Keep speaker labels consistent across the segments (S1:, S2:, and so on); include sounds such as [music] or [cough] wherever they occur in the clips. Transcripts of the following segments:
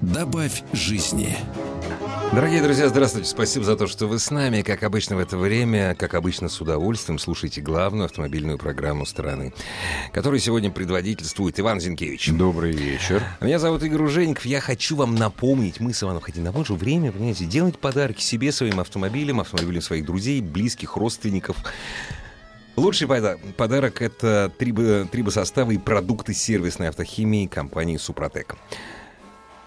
S1: Добавь жизни.
S2: Дорогие друзья, здравствуйте. Спасибо за то, что вы с нами. Как обычно в это время, как обычно с удовольствием слушайте главную автомобильную программу страны, которой сегодня предводительствует Иван Зинкевич.
S3: Добрый вечер.
S2: Меня зовут Игорь Ужеников. Я хочу вам напомнить, мы с Иваном хотим напомнить, что время, понимаете, делать подарки себе, своим автомобилям, автомобилям своих друзей, близких, родственников. Лучший пода- подарок — это трибо- трибосоставы и продукты сервисной автохимии компании «Супротек».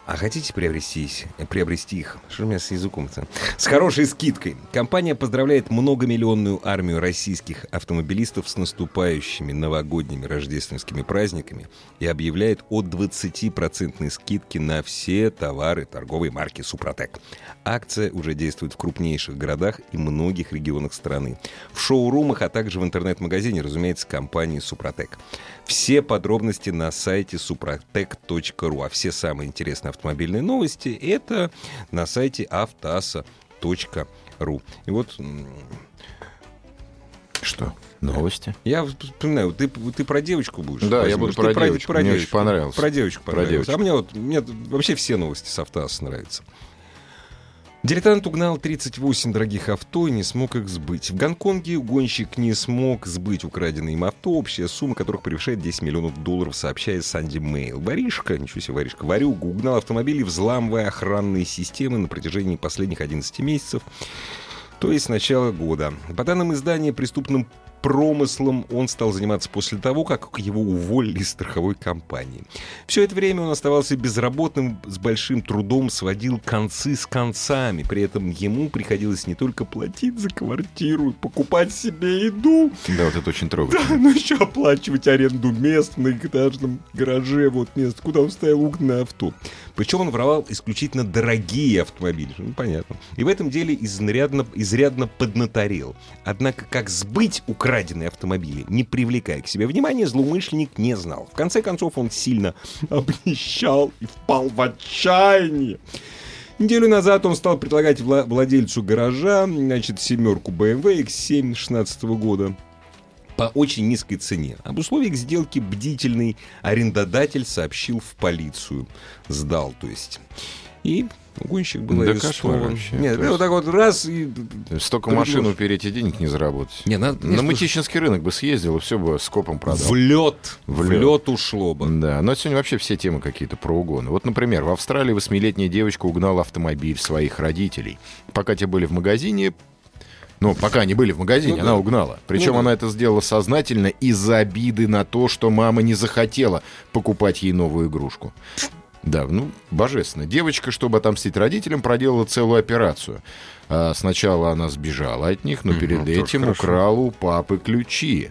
S2: А хотите приобрести, их- приобрести их? Что у меня с языком-то? С хорошей скидкой. Компания поздравляет многомиллионную армию российских автомобилистов с наступающими новогодними рождественскими праздниками и объявляет о 20% скидке на все товары торговой марки «Супротек». А Акция уже действует в крупнейших городах и многих регионах страны. В шоурумах, а также в интернет-магазине, разумеется, компании «Супротек». Все подробности на сайте suprotec.ru. А все самые интересные автомобильные новости — это на сайте автоаса.ру. И вот м,
S3: Что? Новости?
S2: я вспоминаю, ты, ты про девочку будешь?
S3: Да, я буду
S2: Ты
S3: про девочку. Мне очень понравилось.
S2: Про девочку
S3: Про
S2: понравилось.
S3: девочку.
S2: А мне вот мне вообще все новости с автоаса нравятся. Дилетант угнал 38 дорогих авто и не смог их сбыть. В Гонконге гонщик не смог сбыть украденные им авто, общая сумма которых превышает 10 миллионов долларов, сообщает Санди Мейл. Воришка, ничего себе воришка, ворюга угнал автомобили, взламывая охранные системы на протяжении последних 11 месяцев, то есть с начала года. По данным издания, преступным промыслом он стал заниматься после того, как его уволили из страховой компании. Все это время он оставался безработным, с большим трудом сводил концы с концами. При этом ему приходилось не только платить за квартиру, покупать себе еду,
S3: Да, вот это очень трогательно.
S2: но еще ну оплачивать аренду мест на этажном гараже, вот место, куда он ставил угнанное авто. Причем он воровал исключительно дорогие автомобили, ну понятно. И в этом деле изрядно, изрядно поднаторел. Однако, как сбыть украденные автомобили, не привлекая к себе внимания, злоумышленник не знал. В конце концов, он сильно обнищал и впал в отчаяние. Неделю назад он стал предлагать вла- владельцу гаража, значит, семерку BMW X7 16 года по очень низкой цене. Об условиях сделки бдительный арендодатель сообщил в полицию. Сдал, то есть. И гонщик был
S3: Да кошмар
S2: арестован.
S3: вообще,
S2: Нет,
S3: то
S2: вот
S3: есть-
S2: так вот раз и...
S3: Столько
S2: Ты
S3: машин
S2: думаешь?
S3: упереть и денег не заработать.
S2: Не, надо-
S3: На мытищинский рынок бы съездил и все бы скопом продал.
S2: В лед. В
S3: В лёд.
S2: лед ушло бы.
S3: Да, но сегодня вообще все темы какие-то про угоны. Вот, например, в Австралии восьмилетняя девочка угнала автомобиль своих родителей. Пока те были в магазине, ну, пока они были в магазине,
S2: Ну
S3: она
S2: да.
S3: угнала. Причем
S2: Ну да.
S3: она это сделала сознательно из-за обиды на то, что мама не захотела покупать ей новую игрушку. Да, ну, божественно. Девочка, чтобы отомстить родителям, проделала целую операцию. А, сначала она сбежала от них, но перед
S2: тоже
S3: этим
S2: хорошо.
S3: украла у папы ключи.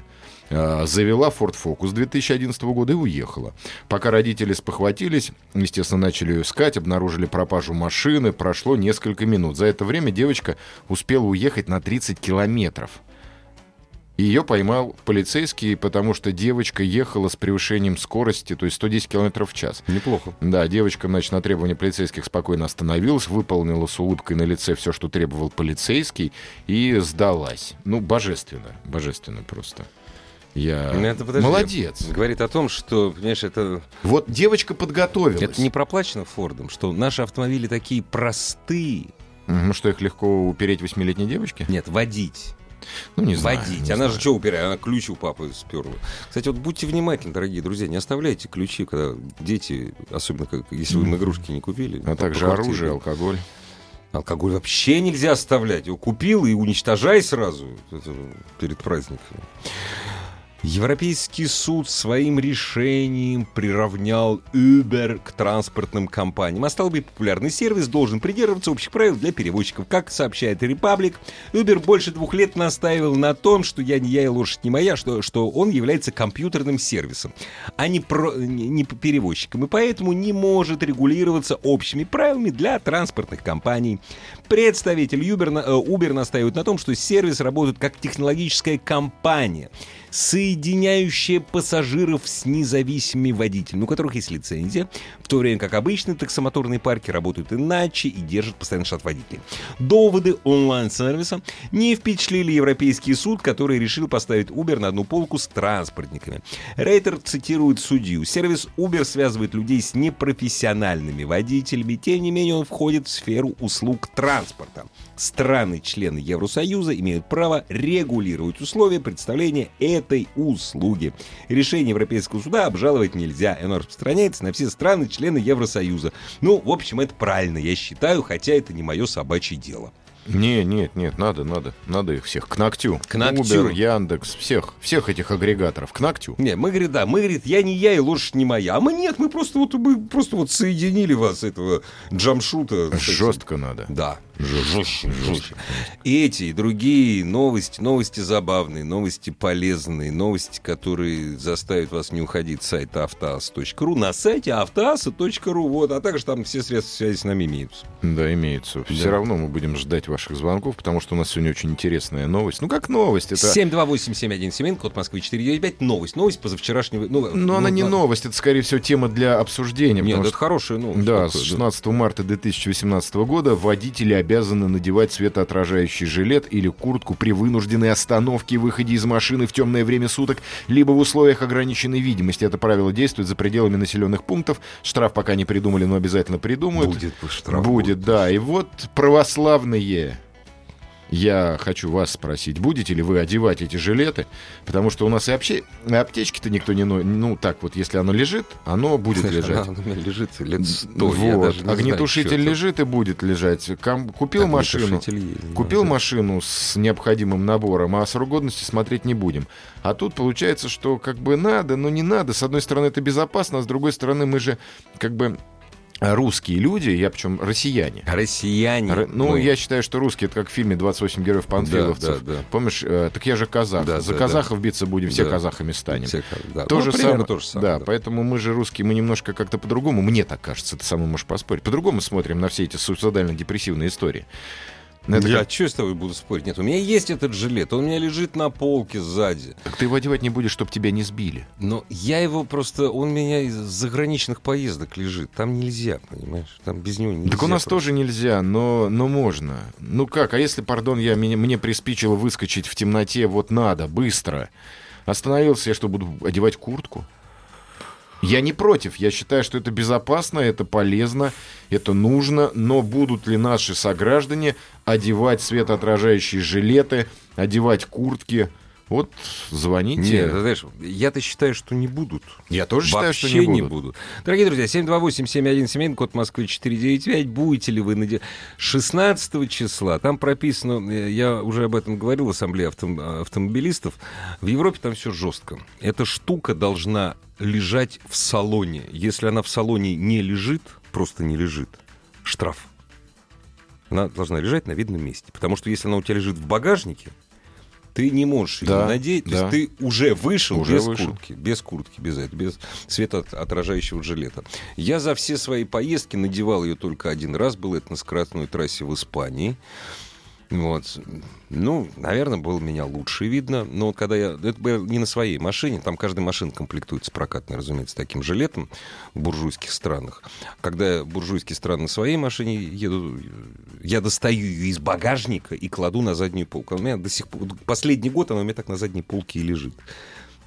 S3: А, Завела Ford Focus 2011 года и уехала. Пока родители спохватились, естественно, начали ее искать, обнаружили пропажу машины, прошло несколько минут. За это время девочка успела уехать на 30 километров. Ее поймал полицейский, потому что девочка ехала с превышением скорости, то есть 110 км в час.
S2: Неплохо.
S3: Да, девочка, значит, на требование полицейских спокойно остановилась, выполнила с улыбкой на лице все, что требовал полицейский, и сдалась. Ну, божественно, божественно просто. Я...
S2: Ну, это, подожди,
S3: Молодец.
S2: Говорит о том, что, понимаешь, это,
S3: Вот девочка подготовилась.
S2: это не проплачено Фордом, что наши автомобили такие простые.
S3: Мгм, что их легко упереть восьмилетней девочке?
S2: Нет, водить.
S3: Ну, не знаю.
S2: водить.
S3: не
S2: она
S3: знаю.
S2: же что уперяет? Она ключ у папы сперла. Кстати, вот будьте внимательны, дорогие друзья, не оставляйте ключи, когда дети, особенно как, если вы им игрушки не купили. по
S3: А также
S2: квартире.
S3: оружие, алкоголь.
S2: Алкоголь вообще нельзя оставлять. Его купил и уничтожай сразу это, перед праздником. Европейский суд своим решением приравнял Uber к транспортным компаниям. А стал быть, популярный сервис должен придерживаться общих правил для перевозчиков. Как сообщает Репаблик, Uber больше двух лет настаивал на том, что я не я и лошадь не моя, что, что он является компьютерным сервисом, а не, про, не, не перевозчиком. И поэтому не может регулироваться общими правилами для транспортных компаний. Представитель Uber, на- э, Uber настаивает на том, что сервис работает как технологическая компания, соединяющая пассажиров с независимыми водителями, у которых есть лицензия, в то время как обычные таксомоторные парки работают иначе и держат постоянно штат водителей. Доводы онлайн-сервиса не впечатлили Европейский суд, который решил поставить Uber на одну полку с транспортниками. Рейтер цитирует судью. Сервис Uber связывает людей с непрофессиональными водителями, тем не менее он входит в сферу услуг транспорта. Страны-члены Евросоюза имеют право регулировать условия представления этой услуги. Решение Европейского суда обжаловать нельзя. Оно распространяется на все страны-члены Евросоюза. Ну, в общем, это правильно, я считаю, хотя это не мое собачье дело.
S3: Не, нет, нет, надо, надо. Надо их всех. К ногтю.
S2: К ногтю.
S3: Uber, Яндекс, всех. Всех этих агрегаторов. К ногтю.
S2: Не, мы, говорит, да, мы, говорит, я не я и лошадь не моя. А мы нет, мы просто вот, мы просто вот соединили вас, этого джамшута.
S3: Жестко надо.
S2: Да.
S3: Жестче, жестче.
S2: И эти, и другие новости, новости забавные, новости полезные, новости, которые заставят вас не уходить с сайта автоаз.ру на сайте автоаса.ру, вот, а также там все средства связи с нами имеются.
S3: Да, имеется. Все равно мы будем ждать ваших звонков, потому что у нас сегодня очень интересная новость. Ну, как новость? Это...
S2: 728-717, код Москвы 495, новость, новость позавчерашнего... Ну,
S3: Но она не
S2: на-
S3: новость, это, скорее всего, тема для обсуждения.
S2: Нет, ну,
S3: потому
S2: это хорошая новость.
S3: Да,
S2: такая,
S3: с 16 марта 2018 года водители обязаны надевать светоотражающий жилет или куртку при вынужденной остановке и выходе из машины в темное время суток, либо в условиях ограниченной видимости. Это правило действует за пределами населенных пунктов. Штраф пока не придумали, но обязательно придумают.
S2: Будет штраф.
S3: Будет, да. И вот православные. Я хочу вас спросить, будете ли вы одевать эти жилеты? Потому что у нас и вообще и аптечки-то никто не... но- Ну, так вот, если оно лежит, оно будет
S2: Слушай,
S3: лежать.
S2: она у меня лежит лет 100.
S3: Вот. Огнетушитель лежит и будет лежать. Кам- Купил машину. Купил машину с необходимым набором, а срок годности смотреть не будем. А тут получается, что как бы надо, но не надо. С одной стороны, это безопасно, а с другой стороны, мы же как бы русские люди, я причем россияне.
S2: Россияне.
S3: Р- ну, я считаю, что русские, это как в фильме «28 героев панфиловцев».
S2: Да, да, да.
S3: Помнишь, э, так я же казах.
S2: Да,
S3: За
S2: да,
S3: казахов биться будем, все
S2: Да.
S3: казахами станем.
S2: Все, да.
S3: То
S2: Ну,
S3: же
S2: примерно
S3: самое.
S2: то же
S3: да,
S2: самое. да.
S3: поэтому мы же русские, мы немножко как-то по-другому, мне так кажется, ты со мной можешь поспорить, по-другому смотрим на все эти суицидально-депрессивные истории. Ну, это
S2: я
S3: как-
S2: чё с тобой буду спорить? Нет, у меня есть этот жилет, он у меня лежит на полке сзади.
S3: Так ты его одевать не будешь, чтобы тебя не сбили.
S2: Но я его просто... Он у меня из заграничных поездок лежит. Там нельзя, понимаешь? Там без него нельзя.
S3: так у нас
S2: просто.
S3: тоже нельзя, но, но можно. Ну как, а если, пардон, я, мне, мне приспичило выскочить в темноте, вот надо, быстро. Остановился я, что буду одевать куртку? Я не против, я считаю, что это безопасно, это полезно, это нужно, но будут ли наши сограждане одевать светоотражающие жилеты, одевать куртки? Вот звоните.
S2: Нет, ты знаешь, я-то считаю, что не будут.
S3: я тоже считаю,
S2: Вообще
S3: что не будут.
S2: Дорогие друзья, 728-7171, код Москвы 495. Будете ли вы на... де- 16 числа, там прописано, э, я уже об этом говорил, ассамблея автом- э, автомобилистов, в Европе там все жестко. Эта штука должна лежать в салоне. Если она в салоне не лежит, просто не лежит, штраф. Она должна лежать на видном месте. Потому что если она у тебя лежит в багажнике, ты не можешь ее
S3: Да,
S2: надеть. То есть
S3: да.
S2: ты уже вышел
S3: Уже
S2: без
S3: вышел.
S2: куртки, без куртки, без этого, без светоотражающего жилета. Я за все свои поездки надевал ее только один раз. Было это на скоростной трассе в Испании. Вот. Ну, наверное, было меня лучше видно. Но вот когда я... Это было не на своей машине. Там каждая машина комплектуется прокатной, разумеется, таким жилетом в буржуйских странах. Когда буржуйские страны на своей машине еду, я достаю ее из багажника и кладу на заднюю полку. Она У меня до сих пор... Последний год она у меня так на задней полке и лежит.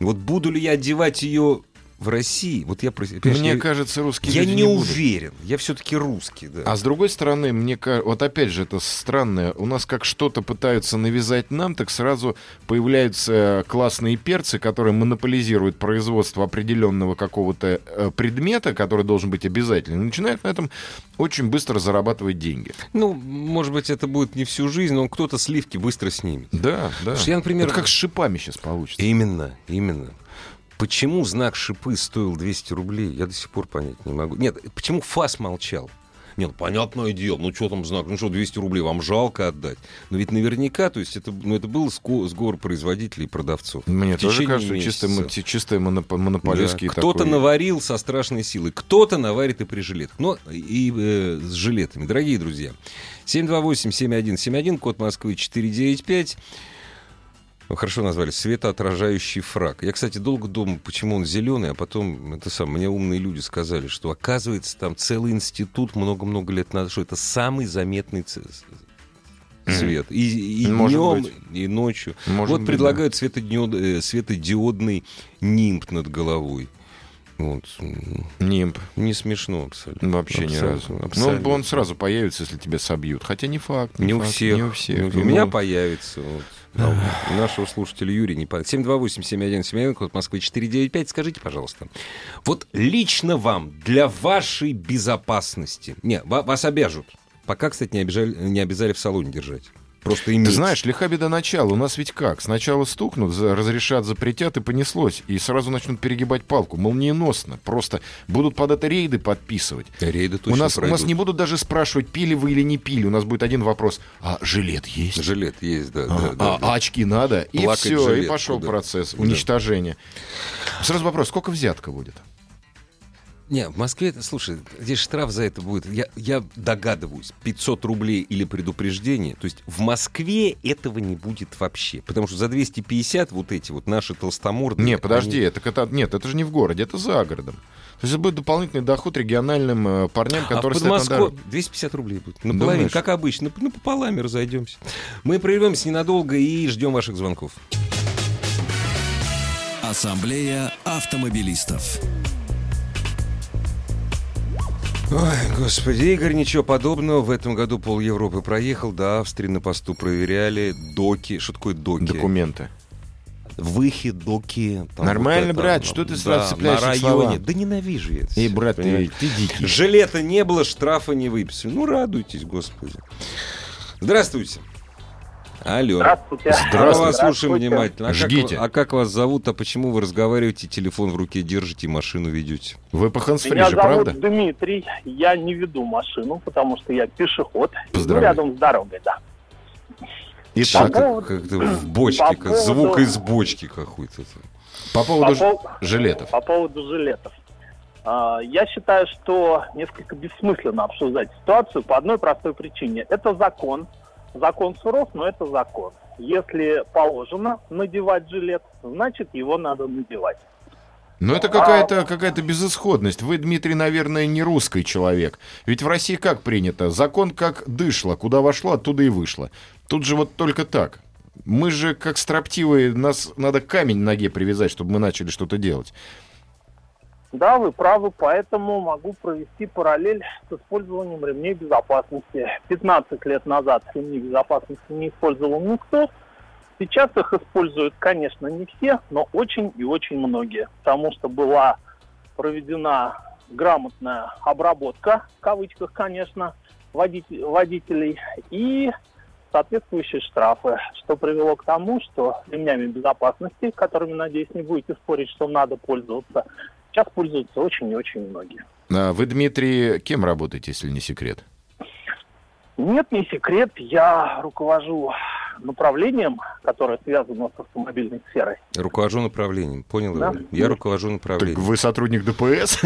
S2: Вот буду ли я одевать ее в России, вот я... про- понимаешь,
S3: Мне
S2: я-
S3: кажется, русские
S2: Я
S3: люди
S2: не,
S3: будут.
S2: уверен. Я все-таки русский, да.
S3: А с другой стороны, мне кажется, вот опять же, это странное. У нас как что-то пытаются навязать нам, так сразу появляются э, классные перцы, которые монополизируют производство определенного какого-то э, предмета, который должен быть обязательным, и начинают на этом очень быстро зарабатывать деньги.
S2: Ну, может быть, это будет не всю жизнь, но кто-то сливки быстро снимет.
S3: Да, да.
S2: Слушай, я, например-
S3: Это как с шипами сейчас получится.
S2: Именно, именно. Почему знак шипы стоил 200 рублей, я до сих пор понять не могу. Нет, почему ФАС молчал? Нет, ну, понятное дело, ну что там знак, ну что 200 рублей вам жалко отдать? Но ведь наверняка, то есть это, ну, это был сговор производителей и продавцов.
S3: Мне
S2: В
S3: тоже
S2: течение
S3: кажется, чисто,
S2: месяца.
S3: мо- ти- чисто
S2: Да,
S3: монопо- монополистский
S2: кто-то
S3: такой.
S2: наварил со страшной силой, кто-то наварит и при жилетах. Но и э, с жилетами. Дорогие друзья, 728-7171, код Москвы 495. Ну, хорошо назвали. Светоотражающий фраг. Я, кстати, долго думал, почему он зеленый, а потом это сам, мне умные люди сказали, что оказывается там целый институт много-много лет назад, что это самый заметный ц- цвет. И, и
S3: Может
S2: днем,
S3: быть.
S2: и ночью.
S3: Может
S2: вот
S3: быть,
S2: предлагают светодиод- э, светодиодный нимб над головой. Вот. м,
S3: Нимб.
S2: Не смешно абсолютно.
S3: Вообще ни разу.
S2: Абсолютно,
S3: Ну, он-
S2: абсолютно.
S3: он сразу появится, если тебя собьют. Хотя не факт.
S2: Не у
S3: факт,
S2: всех.
S3: Не у всех.
S2: Не у
S3: Ну,
S2: меня появится. вот. Да, у нашего слушателя Юрия не появится. 728-7171, код Москвы 495. Скажите, пожалуйста, вот лично вам, для вашей безопасности, не, ва- вас обяжут. Пока, кстати, не, обижали- не обязали в салоне держать. Просто иметь.
S3: Ты знаешь, лиха беда начала. У нас ведь как? Сначала стукнут, за- разрешат, запретят и понеслось. И сразу начнут перегибать палку. Молниеносно. Просто будут под это рейды подписывать.
S2: рейды точно
S3: у, нас, у нас
S2: пройдут.
S3: не будут даже спрашивать, пили вы или не пили. У нас будет один вопрос. А жилет есть?
S2: Жилет есть, да.
S3: А,
S2: да, да,
S3: а-
S2: да.
S3: а очки надо? И
S2: Плакать
S3: все, и
S2: жилетку,
S3: пошел
S2: да.
S3: процесс
S2: Да.
S3: уничтожения. Сразу вопрос, сколько взятка будет?
S2: Не, в Москве, это, слушай, здесь штраф за это будет, я, я догадываюсь, 500 рублей или предупреждение. То есть в Москве этого не будет вообще. Потому что за 250 вот эти вот наши толстомордые...
S3: Не, подожди,
S2: они-
S3: это, кота- нет, это же не в городе, это за городом. То есть это будет дополнительный доход региональным э, парням,
S2: А в
S3: которые стоят на
S2: Подмосковье
S3: дороге.
S2: 250 рублей будет. Наполовину,
S3: Думаешь?
S2: как обычно. Ну, пополами разойдемся. Мы прервемся ненадолго и ждем ваших звонков.
S1: Ассамблея автомобилистов.
S2: Ой, господи, Игорь, ничего подобного. В этом году пол Европы проехал, до Австрии на посту проверяли. Доки. Что такое доки?
S3: Документы.
S2: выхидоки. там
S3: Нормально,
S2: вот это,
S3: брат,
S2: ну,
S3: что ты
S2: да,
S3: сразу цепляешься
S2: На
S3: к
S2: районе.
S3: словам?
S2: Да ненавижу я это
S3: Эй,
S2: всё,
S3: брат, ты,
S2: понимаешь?
S3: ты дикий.
S2: [laughs] Жилета не было, штрафа не выписали. Ну, радуйтесь, господи. Здравствуйте. Алло.
S4: Здравствуйте.
S2: Мы
S3: Здравствуйте.
S2: вас слушаем
S4: Здравствуйте.
S2: внимательно. А
S3: Жгите.
S2: Как, а как вас зовут, а почему вы разговариваете, телефон в руке держите и машину ведете?
S3: Вы по
S4: Меня
S3: хэнсфри же,
S4: зовут
S3: правда?
S4: Дмитрий. Я не веду машину, потому что я пешеход. Иду
S3: Поздравляю.
S4: рядом с дорогой, да.
S3: Итак,
S4: По
S2: Как-то
S4: поводу-
S2: как-то в бочке,
S4: по
S2: как- звук
S4: поводу-
S2: из бочки какой-то.
S3: по поводу ж-
S4: пов-
S3: жилетов.
S4: По поводу жилетов. А, Я считаю, что несколько бессмысленно обсуждать ситуацию по одной простой причине. Это закон. Закон суров, но это закон. Если положено надевать жилет, значит его надо надевать.
S3: Но Ну, это какая-то какая-то безысходность. Вы, Дмитрий, наверное, не русский человек. Ведь в России как принято? Закон как дышло. Куда вошло, оттуда и вышло. Тут же вот только так. Мы же как строптивые, нас надо камень в ноге привязать, чтобы мы начали что-то делать.
S4: Да, вы правы, поэтому могу провести параллель с использованием ремней безопасности. 15 лет назад ремни безопасности не использовал никто. Сейчас их используют, конечно, не все, но очень и очень многие, потому что была проведена грамотная обработка, в кавычках, конечно, водите- водителей и соответствующие штрафы, что привело к тому, что ремнями безопасности, которыми, надеюсь, не будете спорить, что надо пользоваться, сейчас пользуются очень и очень многие.
S3: А Вы, Дмитрий, кем работаете, если не секрет?
S4: Нет, не секрет, я руковожу направлением, которое связано с автомобильной сферой.
S2: Руковожу направлением, понял?
S4: Да.
S2: Игорь? Я руковожу направлением.
S3: вы сотрудник ДПС?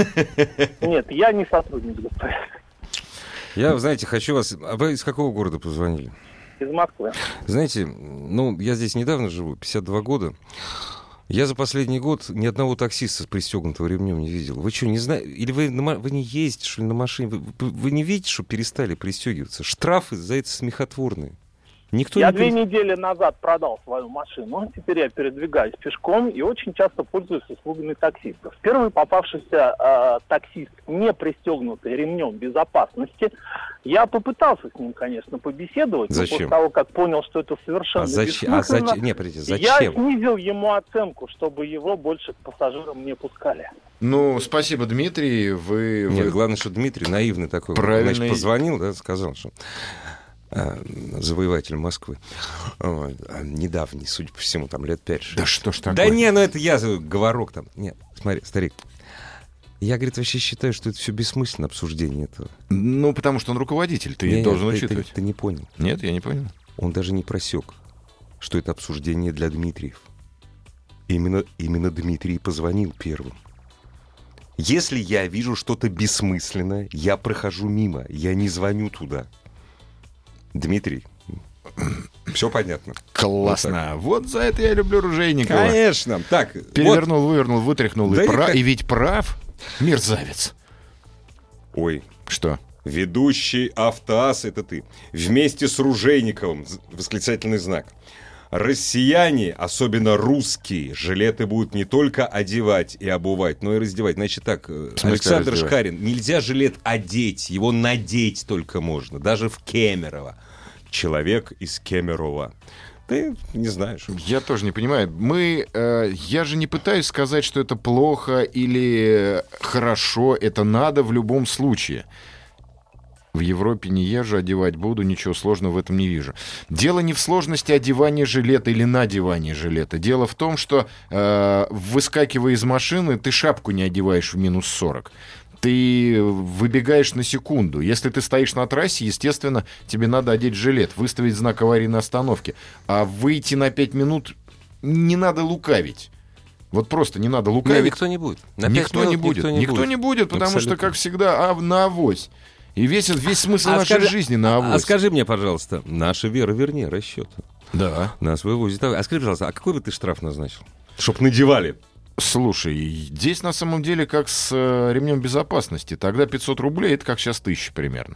S3: [laughs]
S4: Нет, я не сотрудник ДПС
S2: Я, знаете, хочу вас... А вы из какого города позвонили?
S4: из Москвы.
S2: Знаете, ну, я здесь недавно живу, 52 года. Я за последний год ни одного таксиста с пристегнутого ремнем не видел. Вы что, не знаете? Или вы, на ма- вы не ездите, что ли, на машине? Вы, вы- вы не видите, что перестали пристегиваться? Штрафы за это смехотворные. Никто
S4: я
S2: не...
S4: две
S2: крит-
S4: недели назад продал свою машину, теперь я передвигаюсь пешком и очень часто пользуюсь услугами таксистов. Первый попавшийся э, таксист, не пристегнутый ремнем безопасности, я попытался с ним, конечно, побеседовать, но
S2: Зачем?
S4: после того, как понял, что это совершенно
S2: А зачем? А
S4: бессмысленно,
S2: зачем? Не, подождите,
S4: я
S2: зачем?
S4: снизил ему оценку, чтобы его больше к пассажирам не пускали.
S3: Ну, спасибо, Дмитрий. Вы,
S2: Нет,
S3: вы-
S2: главное, что Дмитрий наивный такой.
S3: Правильный.
S2: Значит, позвонил, да, сказал, что а, завоеватель Москвы. Вот, а, недавний, судя по всему, там лет 5-6.
S3: Да что ж такое?
S2: Да не, ну это я за- говорок там. Нет, смотри, старик. Я, говорит, вообще считаю, что это все бессмысленно обсуждение этого.
S3: Ну, потому что он руководитель, ты
S2: Не-не, ты-
S3: должен
S2: ты-
S3: учитывать.
S2: Ты, не понял.
S3: Нет, я не понял.
S2: Он даже не просек, что это обсуждение для Дмитриев. Именно, именно Дмитрий позвонил первым. Если я вижу что-то бессмысленное, я прохожу мимо, я не звоню туда. Дмитрий, все понятно.
S3: Классно. Вот, за это я люблю Ружейникова.
S2: Конечно. Так, вот.
S3: Перевернул, вывернул, вытряхнул.
S2: Да
S3: и,
S2: я
S3: пра-
S2: как-
S3: и ведь прав мерзавец.
S2: Ой,
S3: Что?
S2: Ведущий автоаз это ты. Вместе с Ружейниковым. з- Восклицательный знак. Россияне, особенно русские, жилеты будут не только одевать и обувать, но и раздевать. Значит так, э,
S3: смысле
S2: Александр
S3: раздевать?
S2: Шкарин, нельзя жилет одеть, его надеть только можно, даже в Кемерово. Человек из Кемерово. Ты не знаешь.
S3: Я тоже не понимаю. Мы, э, я же не пытаюсь сказать, что это плохо или хорошо, это надо в любом случае. В Европе не езжу, одевать буду, ничего сложного в этом не вижу. Дело не в сложности одевания жилета или надевания жилета. Дело в том, что э, выскакивая из машины, ты шапку не одеваешь в минус 40. Ты выбегаешь на секунду. Если ты стоишь на трассе, естественно, тебе надо одеть жилет, выставить знак аварийной остановки. А выйти на 5 минут не надо лукавить. Вот просто не надо лукавить.
S2: не будет.
S3: никто, не будет. никто не будет. потому что,
S2: Абсолютно.
S3: как всегда, а на авось. И весь, весь смысл
S2: А
S3: нашей
S2: скажи-
S3: жизни на авось.
S2: А скажи мне, пожалуйста, наша вера вернее расчет.
S3: Да.
S2: Нас вывозит. А скажи, пожалуйста, а какой бы ты штраф назначил? Чтоб надевали.
S3: Слушай, здесь на самом деле как с э, ремнем безопасности. Тогда 500 рублей, это как сейчас 1000 примерно.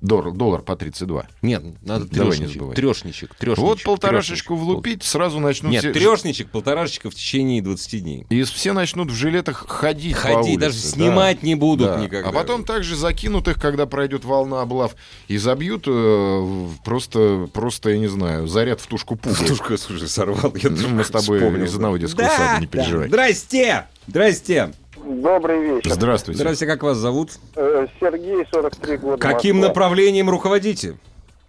S3: Доллар, доллар по 32.
S2: Нет, надо
S3: Давай не
S2: трешничек,
S3: забывай.
S2: трешничек, трешничек.
S3: вот полторашечку влупить, сразу начнут...
S2: Нет,
S3: все-
S2: трешничек, полторашечка в течение 20 дней.
S3: И все начнут в жилетах ходить по
S2: Ходи,
S3: улице,
S2: даже
S3: да.
S2: снимать не будут
S3: Да.
S2: никогда.
S3: А потом также закинут их, когда пройдет волна облав, и забьют э, в- просто, просто, я не знаю, заряд в тушку пуга.
S2: Тушка, слушай, сорвал. Я
S3: Ну,
S2: тоже
S3: мы с тобой
S2: вспомнил.
S3: из одного детского
S2: Да,
S3: сада, не
S2: да.
S3: переживай.
S2: Здрасте! Здрасте!
S5: Добрый вечер.
S3: Здравствуйте.
S2: Здрасте, как вас зовут?
S5: Э, Сергей, 43 года.
S2: Каким
S5: Москва.
S2: направлением руководите?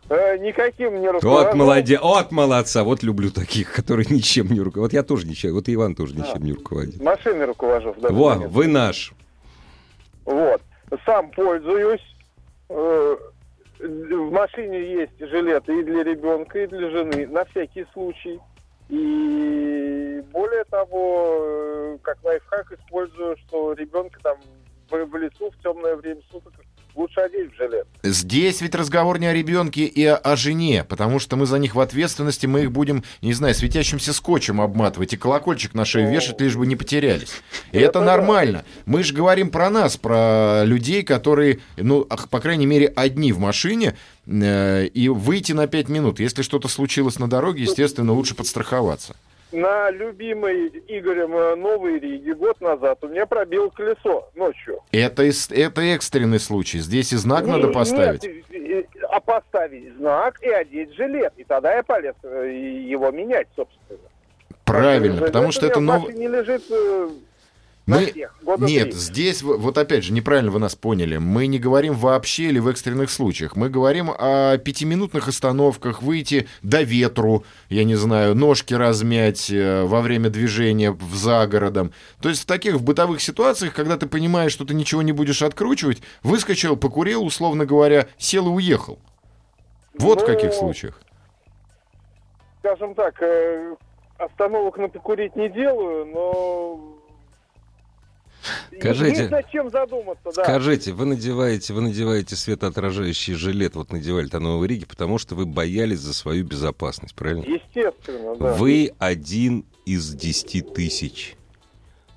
S5: Э, Никаким не
S2: Вот
S5: руководил.
S2: молодец, от молодца, вот люблю таких, которые [laughs] ничем не руководят. Вот я тоже ничем, вот и Иван тоже ничем не руководит.
S5: Машиной руковожу. в данный
S2: Во,
S5: момент.
S2: вы наш.
S5: Вот. Сам пользуюсь. Э, В машине есть жилет и для ребенка, и для жены, на всякий случай. И более того, э, как лайфхак использую, что ребенка там в в лесу в темное время суток лучше одеть в жилет.
S3: Здесь ведь разговор не о ребенке и о, о жене, потому что мы за них в ответственности, мы их будем, не знаю, светящимся скотчем обматывать и колокольчик на шею вешать, лишь бы не потерялись. И это
S5: Это да.
S3: нормально. Мы же говорим про нас, про людей, которые, ну, ах, по крайней мере, одни в машине, э, и выйти на 5 минут. Если что-то случилось на дороге, естественно, лучше подстраховаться.
S5: На любимой Игорем э, Новой Риге год назад у меня пробило колесо ночью.
S3: Это, ис- это экстренный случай. Здесь и знак надо
S5: Не-
S3: поставить.
S5: Ну, нет, э, э, а поставить знак и одеть жилет. И тогда я полез э, и его менять, собственно.
S3: Правильно,
S5: Жилет
S3: потому
S5: у
S3: что
S5: меня
S3: это
S5: в
S3: новое...
S5: машине лежит э, на
S3: Мы...
S5: всех, года
S3: Нет,
S5: три.
S3: здесь, в- вот опять же, неправильно вы нас поняли. Мы не говорим вообще или в экстренных случаях. Мы говорим о пятиминутных остановках, выйти до ветру, я не знаю, ножки размять э, во время движения в за городом. То есть в таких в бытовых ситуациях, когда ты понимаешь, что ты ничего не будешь откручивать, выскочил, покурил, условно говоря, сел и уехал. Вот в
S5: Ну,
S3: каких случаях.
S5: Скажем так, э, остановок на покурить не делаю, но...
S2: Скажите.
S5: Есть над чем задуматься, да.
S2: Скажите, вы надеваете, вы надеваете светоотражающий жилет, вот надевали на Новой Риге, потому что вы боялись за свою безопасность, правильно?
S5: Естественно, да.
S2: Вы один из десяти тысяч.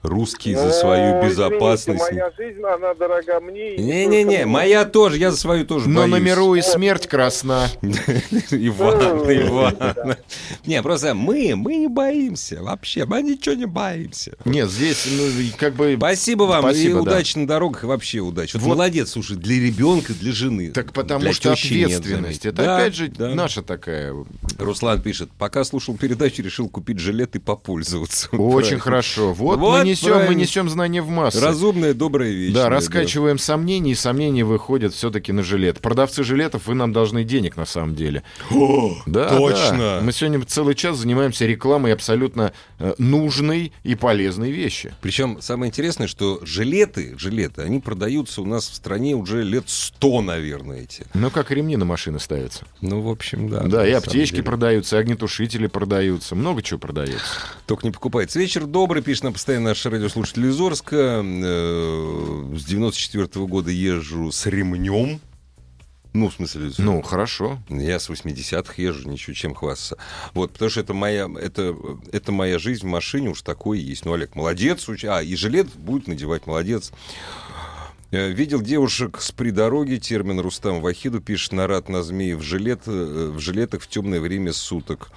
S2: Русский за
S6: А,
S2: свою
S5: Но,
S2: безопасность.
S5: Э, извините, моя жизнь, она дорога мне. и
S2: Не-не-не,
S5: только
S2: моя тоже, я за свою тоже
S3: Но
S2: боюсь.
S3: на миру и смерть красна.
S2: [laughs] Иван,
S5: Ну,
S2: Иван. Не, просто мы, мы не боимся вообще, мы ничего не боимся.
S3: Нет, здесь ну, и как бы...
S2: Спасибо вам и
S3: Спасибо, да.
S2: удачи на дорогах, и вообще удачи. Вот
S3: Вот.
S2: Молодец, слушай, для ребенка, для жены.
S3: Так потому
S2: Для
S3: что
S2: тещи нет,
S3: ответственность.
S2: заметь.
S3: это
S2: Да,
S3: опять же
S2: да.
S3: наша такая.
S2: Руслан пишет, пока слушал передачу, решил купить жилет и попользоваться.
S3: Очень
S2: Правильно.
S3: хорошо. Вот,
S2: Вот
S3: мы несем, мы
S2: правильно.
S3: несем знания в массы.
S2: Разумная, добрая вещь.
S3: Да, раскачиваем сомнения, и сомнения выходят все-таки на жилет. Продавцы жилетов, вы нам должны денег на самом деле. Да, да.
S2: точно.
S3: Мы сегодня целый час занимаемся рекламой абсолютно э, нужной и полезной вещи.
S2: Причем самое интересное, что жилеты, жилеты, они продаются у нас в стране уже лет сто, наверное, эти.
S3: Ну, как ремни на машины ставятся.
S2: Ну, в общем, да.
S3: Да,
S2: на
S3: и
S2: самом
S3: аптечки
S2: деле.
S3: продаются, и огнетушители продаются, много чего продается.
S2: Только не покупается. Вечер добрый, пишет нам постоянно наш радиослушатель из Орска. Э, С 94 года езжу с ремнем. Ну, в смысле, с-
S3: Ну, хорошо.
S2: я с 80-х езжу, ничего чем хвастаться. Вот, потому что это моя, это, это моя жизнь в машине, уж такое есть. Ну, Олег, молодец. уч- А, и жилет будет надевать, молодец. Э, Видел девушек с придороги, термин Рустам Вахиду пишет, нарад на змеи в, жилет, э, в жилетах в темное время суток.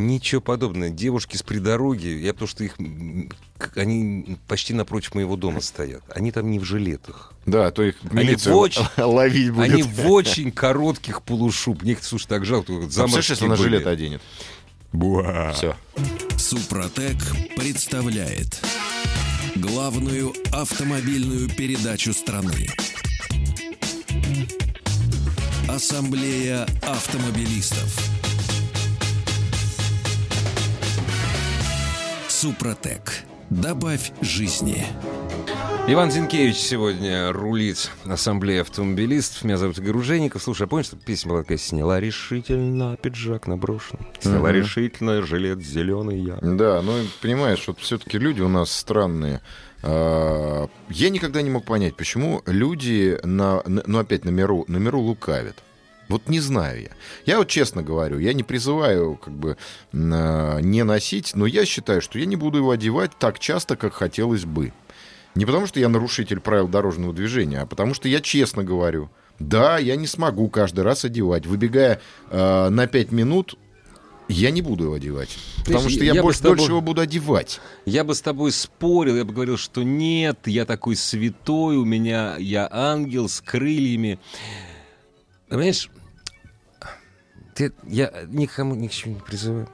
S2: Ничего подобного. Девушки с придороги, я потому что их, м, к- они почти напротив моего дома стоят. Они там не в жилетах.
S3: Да, а то их
S2: Они
S3: милицию
S2: в очень-
S3: [laughs] ловить будет.
S2: Они в очень коротких полушубниках. Слушай, так жалко. вот
S3: А представляешь,
S2: заморские
S3: если она
S2: были. А.
S3: жилет оденет.
S2: Буа.
S3: Все.
S1: Супротек представляет главную автомобильную передачу страны. Ассамблея автомобилистов. Супротек. Добавь жизни.
S2: Иван Зинкевич сегодня рулит ассамблея автомобилистов. Меня зовут Игорь Ужеников. Слушай, а помнишь, что песня была такая «Сняла решительно пиджак наброшен, сняла
S3: Мгм.
S2: решительно жилет зеленый я».
S3: Да, ну и понимаешь, вот все-таки люди у нас странные. А, Я никогда не мог понять, почему люди на, на- ну опять на миру, на миру лукавят. Вот не знаю я. Я вот честно говорю, я не призываю как бы м, а, не носить, но я считаю, что я не буду его одевать так часто, как хотелось бы. Не потому, что я нарушитель правил дорожного движения, а потому, что я честно говорю. Да, я не смогу каждый раз одевать. Выбегая э, на 5 минут, я не буду его одевать. Потому
S2: Знаешь,
S3: что я,
S2: я бы
S3: больше
S2: с тобой-
S3: дольше его буду одевать.
S2: Я бы с тобой спорил, я бы говорил, что нет, я такой святой, у меня я ангел с крыльями. Понимаешь, ты- я никому ни к чему не призываю.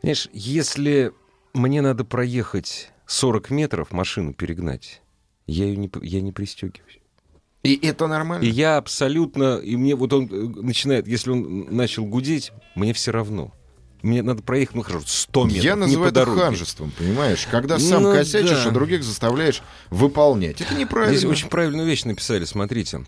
S2: Понимаешь, если мне надо проехать 40 метров, машину перегнать, я, ее не, п- я не пристегиваюсь.
S3: И это нормально.
S2: И я абсолютно, и мне вот он э, начинает, если он начал гудеть, мне все равно. Мне надо проехать, ну хорошо, 100 метров.
S3: Я
S2: не
S3: называю
S2: по
S3: это
S2: дороге.
S3: ханжеством, понимаешь? Когда сам
S2: Ну
S3: косячишь,
S2: да.
S3: а других заставляешь выполнять. Это неправильно.
S2: Здесь очень правильную вещь написали, смотрите.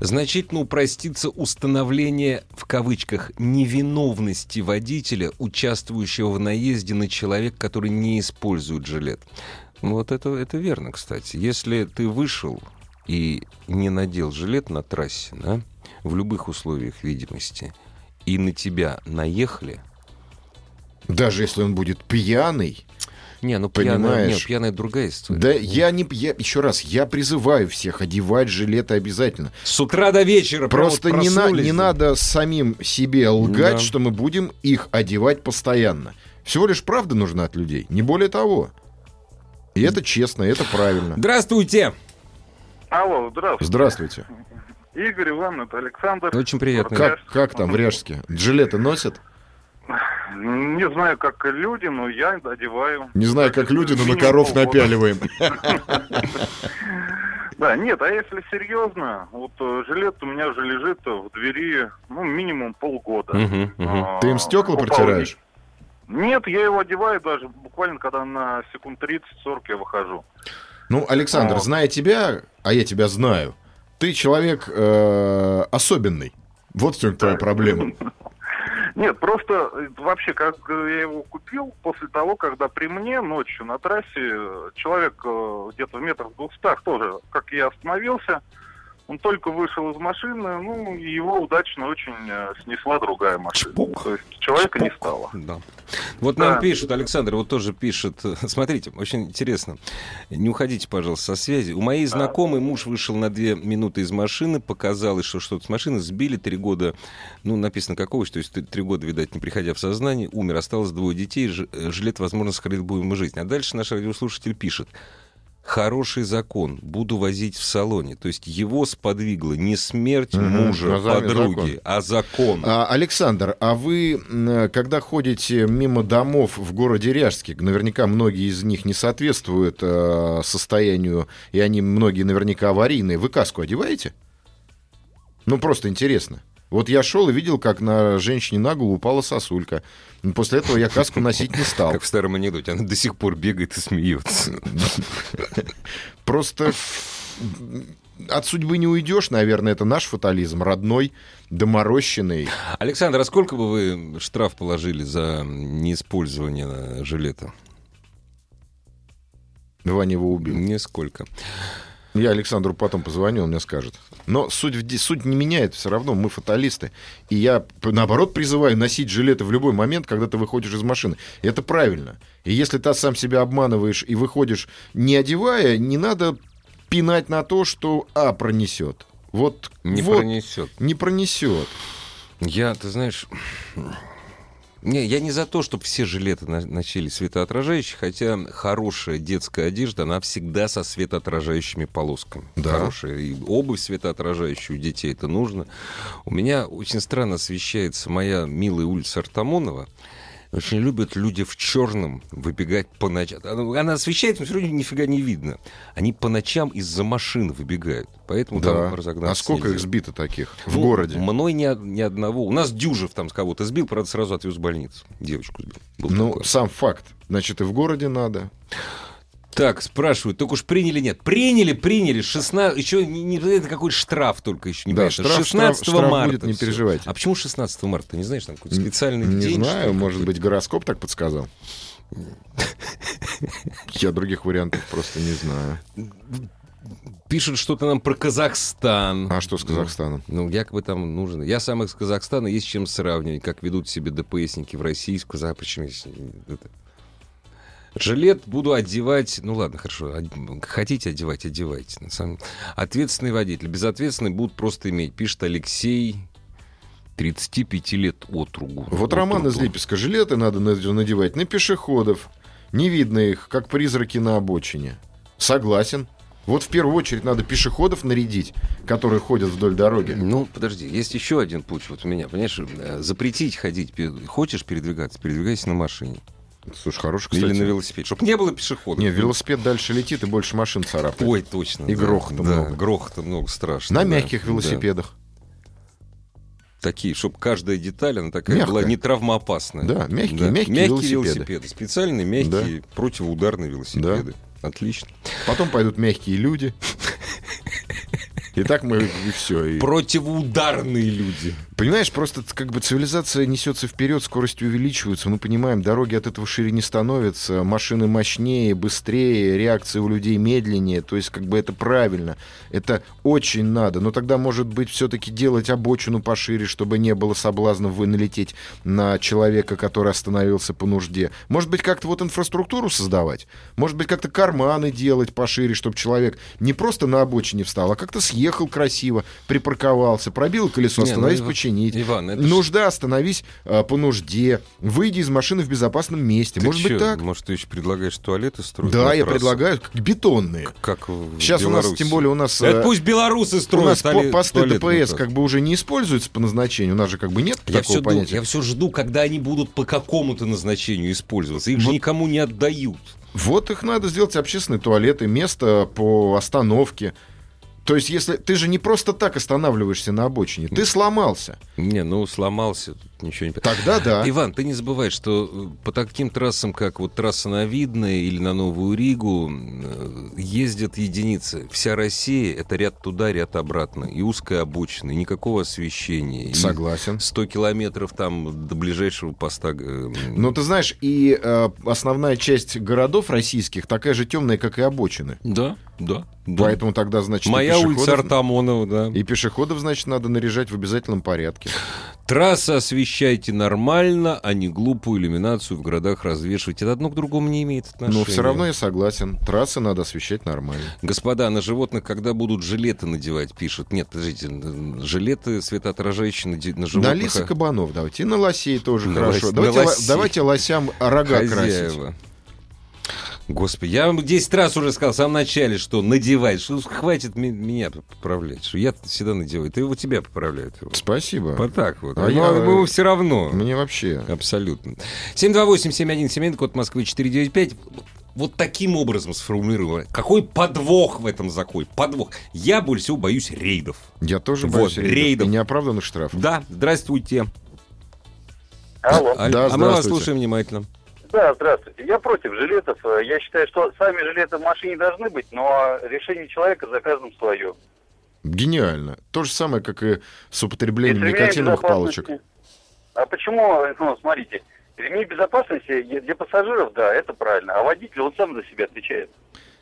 S2: Значительно упростится установление, в кавычках, невиновности водителя, участвующего в наезде на человека, который не использует жилет. Ну, Вот это, это верно, кстати. Если ты вышел и не надел жилет на трассе, да, в любых условиях видимости, и на тебя наехали,
S3: Даже если он будет пьяный.
S2: не, ну пьяная,
S3: Понимаешь?
S2: нет, пьяная другая история.
S3: Да я не... пь- я- еще раз, я призываю всех одевать жилеты обязательно.
S2: С утра до вечера прям
S3: Просто
S2: вот
S3: не, на-
S2: проснулись.
S3: не надо самим себе лгать,
S2: Да.
S3: что мы будем их одевать постоянно. Всего лишь правда нужна от людей, не более того. И это честно, и это правильно.
S2: Здравствуйте!
S7: Алло, здравствуйте.
S3: Здравствуйте.
S7: Игорь Иванович, Александр.
S2: Очень приятно.
S3: Как, как там в Ряжске? Жилеты носят?
S7: Не знаю, как люди, но я одеваю.
S3: Не знаю, как люди, но на
S7: Минимум
S3: коров
S7: полгода.
S3: напяливаем.
S7: Да, нет, а если серьезно, вот э, жилет у меня же лежит э, в двери, ну, минимум полгода.
S2: Мгм, мгм.
S7: А,
S3: Ты им стекла
S7: упал-
S3: протираешь?
S7: Нет, я его одеваю даже буквально, когда на секунд 30-40 я выхожу.
S3: Ну, Александр,
S7: А.
S3: зная тебя, а я тебя знаю, ты человек э, особенный. Вот в чем твоя проблема.
S7: Нет, просто э, вообще, как э, я его купил, после того, когда при мне ночью на трассе э, человек э, где-то в метрах двухстах тоже, как я остановился, Он только вышел из машины, ну, и его удачно очень э, снесла другая машина.
S2: Чпок.
S7: То есть человека не стало.
S2: Да. Вот
S7: Да.
S2: нам пишут, Александр вот тоже пишет. [laughs] Смотрите, очень интересно. Не уходите, пожалуйста, со связи. У моей знакомой муж вышел на две минуты из машины, показалось, что что-то с машины сбили три года, ну, написано какого, то есть т- три года, видать, не приходя в сознание, умер, осталось двое детей, Ж- э, жилет, возможно, сохранил бы ему жизнь. А дальше наш радиослушатель пишет. Хороший закон. Буду возить в салоне. То есть его сподвигла не смерть
S3: Мгм,
S2: мужа,
S3: глазами
S2: подруги,
S3: закон.
S2: а закон.
S3: А, Александр, а вы, м, когда ходите мимо домов в городе Ряжске, наверняка многие из них не соответствуют э, состоянию, и они многие наверняка аварийные, вы каску одеваете? Ну, просто интересно. Вот я шел и видел, как на женщине на голову упала сосулька. Ну, После этого я каску носить не стал.
S2: Как в старом анекдоте. Она до сих пор бегает и смеется.
S3: Просто м, от судьбы не уйдешь, наверное, это наш фатализм, родной, доморощенный.
S2: Александр, а сколько бы вы штраф положили за неиспользование э, жилета?
S3: Ваня его убил.
S2: Нисколько.
S3: Я Александру потом позвоню, он мне скажет. Но суть, в де- суть не меняет, все равно мы фаталисты. И я, п- наоборот, призываю носить жилеты в любой момент, когда ты выходишь из машины. Это правильно. И если ты сам себя обманываешь и выходишь, не одевая, не надо пинать на то, что А пронесет. Вот,
S2: Не
S3: вот,
S2: пронесет.
S3: не пронесет.
S2: Я, ты знаешь... Не, я не за то, чтобы все жилеты на- носили светоотражающие, хотя хорошая детская одежда, она всегда со светоотражающими полосками.
S3: Да.
S2: Хорошая. И обувь светоотражающая у детей это нужно. У меня очень странно освещается моя милая улица Артамонова. Очень любят люди в черном выбегать по ночам. Она она освещается, но все равно нифига не видно. Они по ночам из-за машин выбегают. Поэтому там разогнаться
S3: А сколько
S2: нельзя.
S3: их сбито таких в
S2: Ну,
S3: городе?
S2: Мной ни, од- ни одного. У нас Дюжев там с кого-то сбил, правда, сразу отвез в больницу. Девочку сбил. Был
S3: Ну,
S2: такой.
S3: сам факт. Значит, и в городе надо.
S2: Так, спрашивают, только уж приняли, нет. Приняли, приняли. 16... Еще не, не понятно, какой штраф только еще не
S3: Да,
S2: понятно.
S3: штраф, штраф,
S2: 16
S3: штраф
S2: марта.
S3: будет, не
S2: всё.
S3: переживайте.
S2: А почему 16 марта? Ты не знаешь, там какой-то специальный
S3: Не
S2: день? что
S3: знаю,
S2: ли,
S3: может
S2: какой-то?
S3: быть, гороскоп так подсказал. Я других вариантов просто не знаю.
S2: Пишут что-то нам про Казахстан.
S3: А что с Казахстаном?
S2: Ну, якобы там нужно. Я сам из Казахстана, есть с чем сравнивать, как ведут себя ДПСники в России, с Каза- почему я с- это. Жилет буду одевать, ну ладно, хорошо, од- хотите одевать, одевайте. На самом... Ответственный водитель, безответственный будут просто иметь, пишет Алексей, 35 лет от ругу.
S3: Вот Роман из Липецка. Жилеты надо на- надевать на пешеходов. Не видно их, как призраки на обочине. Согласен. Вот в первую очередь надо пешеходов нарядить, которые ходят вдоль дороги.
S2: Ну, подожди, есть еще один путь вот у меня, понимаешь, э, запретить ходить, пе- хочешь передвигаться, передвигайся на машине
S3: Слушай, хороший,
S2: или на
S3: кстати.
S2: велосипеде, чтобы не было пешеходов.
S3: Не, велосипед дальше летит и больше машин царапает.
S2: Ой, точно.
S3: И
S2: да,
S3: грохота много.
S2: грохота много страшно.
S3: На
S2: да,
S3: мягких
S2: да.
S3: велосипедах.
S2: Такие, чтобы каждая деталь, она такая
S3: Мягкая.
S2: была не травмоопасная.
S3: Да, мягкие- мягкие велосипеды.
S2: Специальные мягкие противоударные велосипеды. Отлично.
S3: Потом пойдут мягкие люди. И так мы и все. И...
S2: Противоударные люди.
S3: Понимаешь, просто ц- как бы цивилизация несется вперед, скорости увеличиваются. Мы понимаем, дороги от этого шире не становятся, машины мощнее, быстрее, реакции у людей медленнее. То есть как бы это правильно, это очень надо. Но тогда, может быть, все-таки делать обочину пошире, чтобы не было соблазна вы налететь на человека, который остановился по нужде. Может быть, как-то вот инфраструктуру создавать? Может быть, как-то карманы делать пошире, чтобы человек не просто на обочине встал, а как-то съехал красиво, припарковался, пробил колесо,
S2: Не, ну,
S3: остановись,
S2: Иван-
S3: починить.
S2: Иван, это ж-
S3: Нужда, остановись э, по нужде. Выйди из машины в безопасном месте.
S2: Ты
S3: Может
S2: чё,
S3: быть так?
S2: Может, ты еще предлагаешь туалеты строить?
S3: Да,
S2: на
S3: я
S2: трассах?
S3: предлагаю как бетонные.
S2: Как в
S3: Сейчас у
S2: Беларуси.
S3: нас, тем более у нас... э,
S2: Это пусть белорусы
S3: у
S2: строят.
S3: нас по-
S2: туалет-
S3: посты
S2: туалет
S3: ДПС
S2: на
S3: как бы уже не используются по назначению. У нас же как бы нет
S2: Я
S3: такого
S2: все,
S3: понятия.
S2: я все жду, когда они будут по какому-то назначению использоваться. Их же никому не отдают.
S3: Вот их надо сделать общественные туалеты, место по остановке. То есть, если ты же не просто так останавливаешься на обочине,
S2: Ну,
S3: ты сломался.
S2: Не, ну сломался, тут ничего не... по-
S3: Тогда да.
S2: Иван, ты не забывай, что э, по таким трассам, как вот трасса на Видное или на Новую Ригу, э, ездят единицы. Вся Россия — это ряд туда, ряд обратно. И узкая обочина, и никакого освещения. и
S3: Согласен.
S2: 100 километров там до ближайшего поста. э, м,
S3: Но Ну, ты знаешь, и э, основная часть городов российских такая же темная, как и обочины.
S2: Да. Да.
S3: Поэтому тогда, значит, и
S2: Моя
S3: пешеходов-
S2: улица Артамонова, да.
S3: И пешеходов, значит, надо наряжать в обязательном порядке.
S2: Трассы освещайте нормально, а не глупую иллюминацию в городах развешивать. Это одно к другому не имеет отношения.
S3: Но все равно я согласен. Трассы надо освещать нормально.
S2: Господа, на животных, когда будут жилеты надевать, пишут. Нет, подождите, н- жилеты светоотражающие на, де- на
S3: На
S2: животных.
S3: лис и
S2: а-
S3: кабанов давайте. И на лосей тоже
S2: На
S3: хорошо.
S2: лось-
S3: давайте,
S2: на
S3: ло-
S2: лосей.
S3: давайте лосям рога красить.
S2: хозяева. Господи, я вам 10 раз уже сказал в самом начале, что надевать. Что хватит ми- меня поправлять. Что я всегда надеваю. Это его тебя поправляют. его.
S3: Спасибо.
S2: Вот так вот.
S3: А
S2: А
S3: я-
S2: все равно.
S3: Мне вообще...
S2: Абсолютно. 728-7171, код Москвы 495. Вот таким образом сформулировано. Какой подвох в этом законе? Подвох. Я больше всего боюсь рейдов.
S3: Я тоже
S2: Вот,
S3: боюсь рейдов.
S2: рейдов.
S3: И неоправданных штрафов.
S2: Да, здравствуйте.
S8: Алло.
S2: А,
S3: Да,
S2: а мы вас
S3: здравствуйте.
S2: слушаем внимательно.
S8: Да, здравствуйте. Я против жилетов. Э, Я считаю, что сами жилеты в машине должны быть, но э, решение человека за каждым свое.
S3: Гениально. То же самое, как и с
S8: Из
S3: употреблением
S8: ремней
S3: никотиновых
S8: безопасности-
S3: палочек.
S8: А почему, э, ну, смотрите, ремни безопасности для для э, пассажиров, да, это правильно, а водитель, он сам за себя отвечает.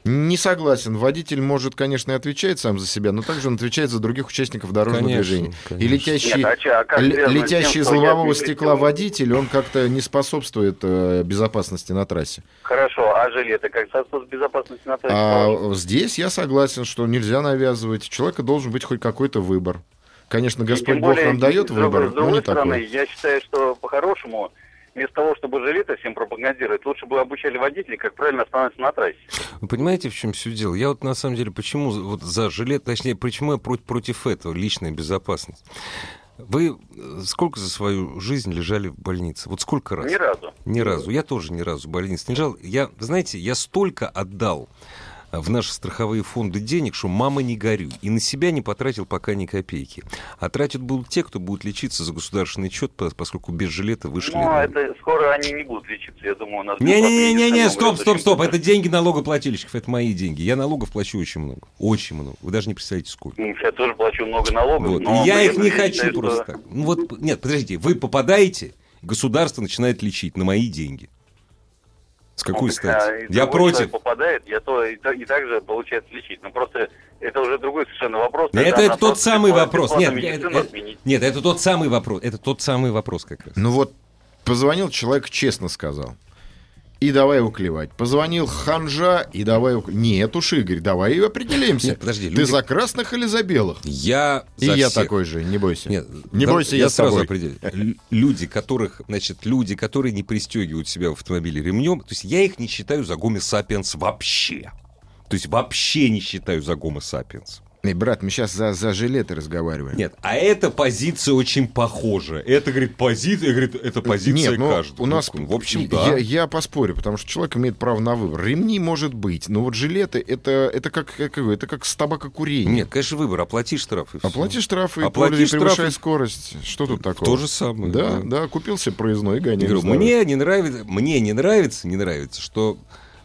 S3: Не согласен. Водитель может, конечно, и отвечать сам за себя, но также он отвечает за других участников дорожного
S2: Конечно,
S3: движения. И
S2: конечно.
S3: летящий,
S8: Нет, а чё, а как
S3: л-
S8: связано с
S3: летящий
S8: тем,
S3: из
S8: что я
S3: лобового
S8: двигатель-
S3: стекла водитель, он как-то не способствует э, безопасности на трассе.
S8: Хорошо, а жилеты как сосуд безопасности на трассе положено?
S3: А здесь я согласен, что нельзя навязывать. У человека должен быть хоть какой-то выбор. Конечно,
S8: И
S3: Господь
S8: тем
S3: Бог
S8: более,
S3: нам дает
S8: с другой-
S3: выбор,
S8: С
S3: но
S8: другой
S3: не
S8: стороны,
S3: такой.
S8: я считаю, что по-хорошему, вместо того, чтобы жилеты всем пропагандировать, лучше бы обучали водителей, как правильно остановиться на трассе.
S2: Вы понимаете, в чем все дело? Я вот на самом деле, почему за- вот за жилет, точнее, почему я против, против этого, личная безопасность? Вы э, сколько за свою жизнь лежали в больнице? Вот сколько раз?
S8: Ни разу.
S2: Ни разу. Я тоже ни разу в больнице не лежал. Я, вы знаете, я столько отдал э, в наши страховые фонды денег, что мама не горюй. И на себя не потратил пока ни копейки. А тратят будут те, кто будет лечиться за государственный счет, по- поскольку без жилета вышли.
S8: Но Ну, это скоро они не будут лечиться, я думаю, у нас...
S2: Не-не-не-не, стоп,
S8: бесплатно
S2: стоп,
S8: медицина
S2: стоп.
S8: будет
S2: Это деньги налогоплательщиков, это мои деньги. Я налогов плачу очень много. Очень много. Вы даже не представляете, сколько.
S8: очень- Ну, Я тоже плачу много налогов,
S2: Вот.
S8: но...
S2: И я
S8: при
S2: их
S8: этом
S2: не
S8: считаю,
S2: хочу
S8: что-
S2: просто так. Ну вот, нет, подождите, вы попадаете, государство начинает лечить на мои деньги. С
S8: Ну,
S2: какой
S8: так, а,
S2: стати?
S8: и
S2: Я
S8: другой
S2: против.
S8: человек попадает, я то и, так- и так же получается лечить. Но просто это уже другой совершенно вопрос.
S2: Да это,
S8: Тогда
S2: это
S8: она
S2: тот
S8: просто
S2: самый
S8: бесплатно-
S2: вопрос. Нет,
S8: бесплатно
S2: это,
S8: медицину
S2: это-
S8: отменить.
S2: нет, это тот самый вопрос. Это тот самый вопрос как раз.
S3: Ну вот, позвонил человек, честно сказал. И давай его клевать. Позвонил ханжа, и давай его... Нет уж, Игорь, давай и определимся.
S2: Нет, подожди,
S3: Ты
S2: люди-
S3: за красных или за белых?
S2: Я
S3: И
S2: за
S3: я
S2: всех.
S3: такой же, не бойся.
S2: Нет,
S3: не
S2: да-
S3: бойся, я, с
S2: сразу
S3: тобой.
S2: определю. Лю- Люди, которых, значит, люди, которые не пристегивают себя в автомобиле ремнем, то есть я их не считаю за гомо сапиенс вообще. То есть вообще не считаю за гомо сапиенс.
S3: Эй, брат, мы сейчас за, за жилеты разговариваем.
S2: Нет, а эта позиция очень похожа. Это, говорит, позиция, говорит, это позиция
S3: Нет, ну,
S2: каждого.
S3: у нас,
S2: Ну, в общем, да.
S3: Я, я поспорю, потому что человек имеет право на выбор. Ремни может быть, но вот жилеты это это как, как это как с табакокурением.
S2: Нет, конечно, выбор, оплати штраф и всё.
S3: Оплати штрафы, и
S2: Оплати
S3: пользуй,
S2: штрафы.
S3: превышай скорость. Что тут такого?
S2: То же самое.
S3: Да, да, купил себе проездной и гони.
S2: Я говорю,
S3: не знаю.
S2: мне не нравится, мне не нравится, не нравится, что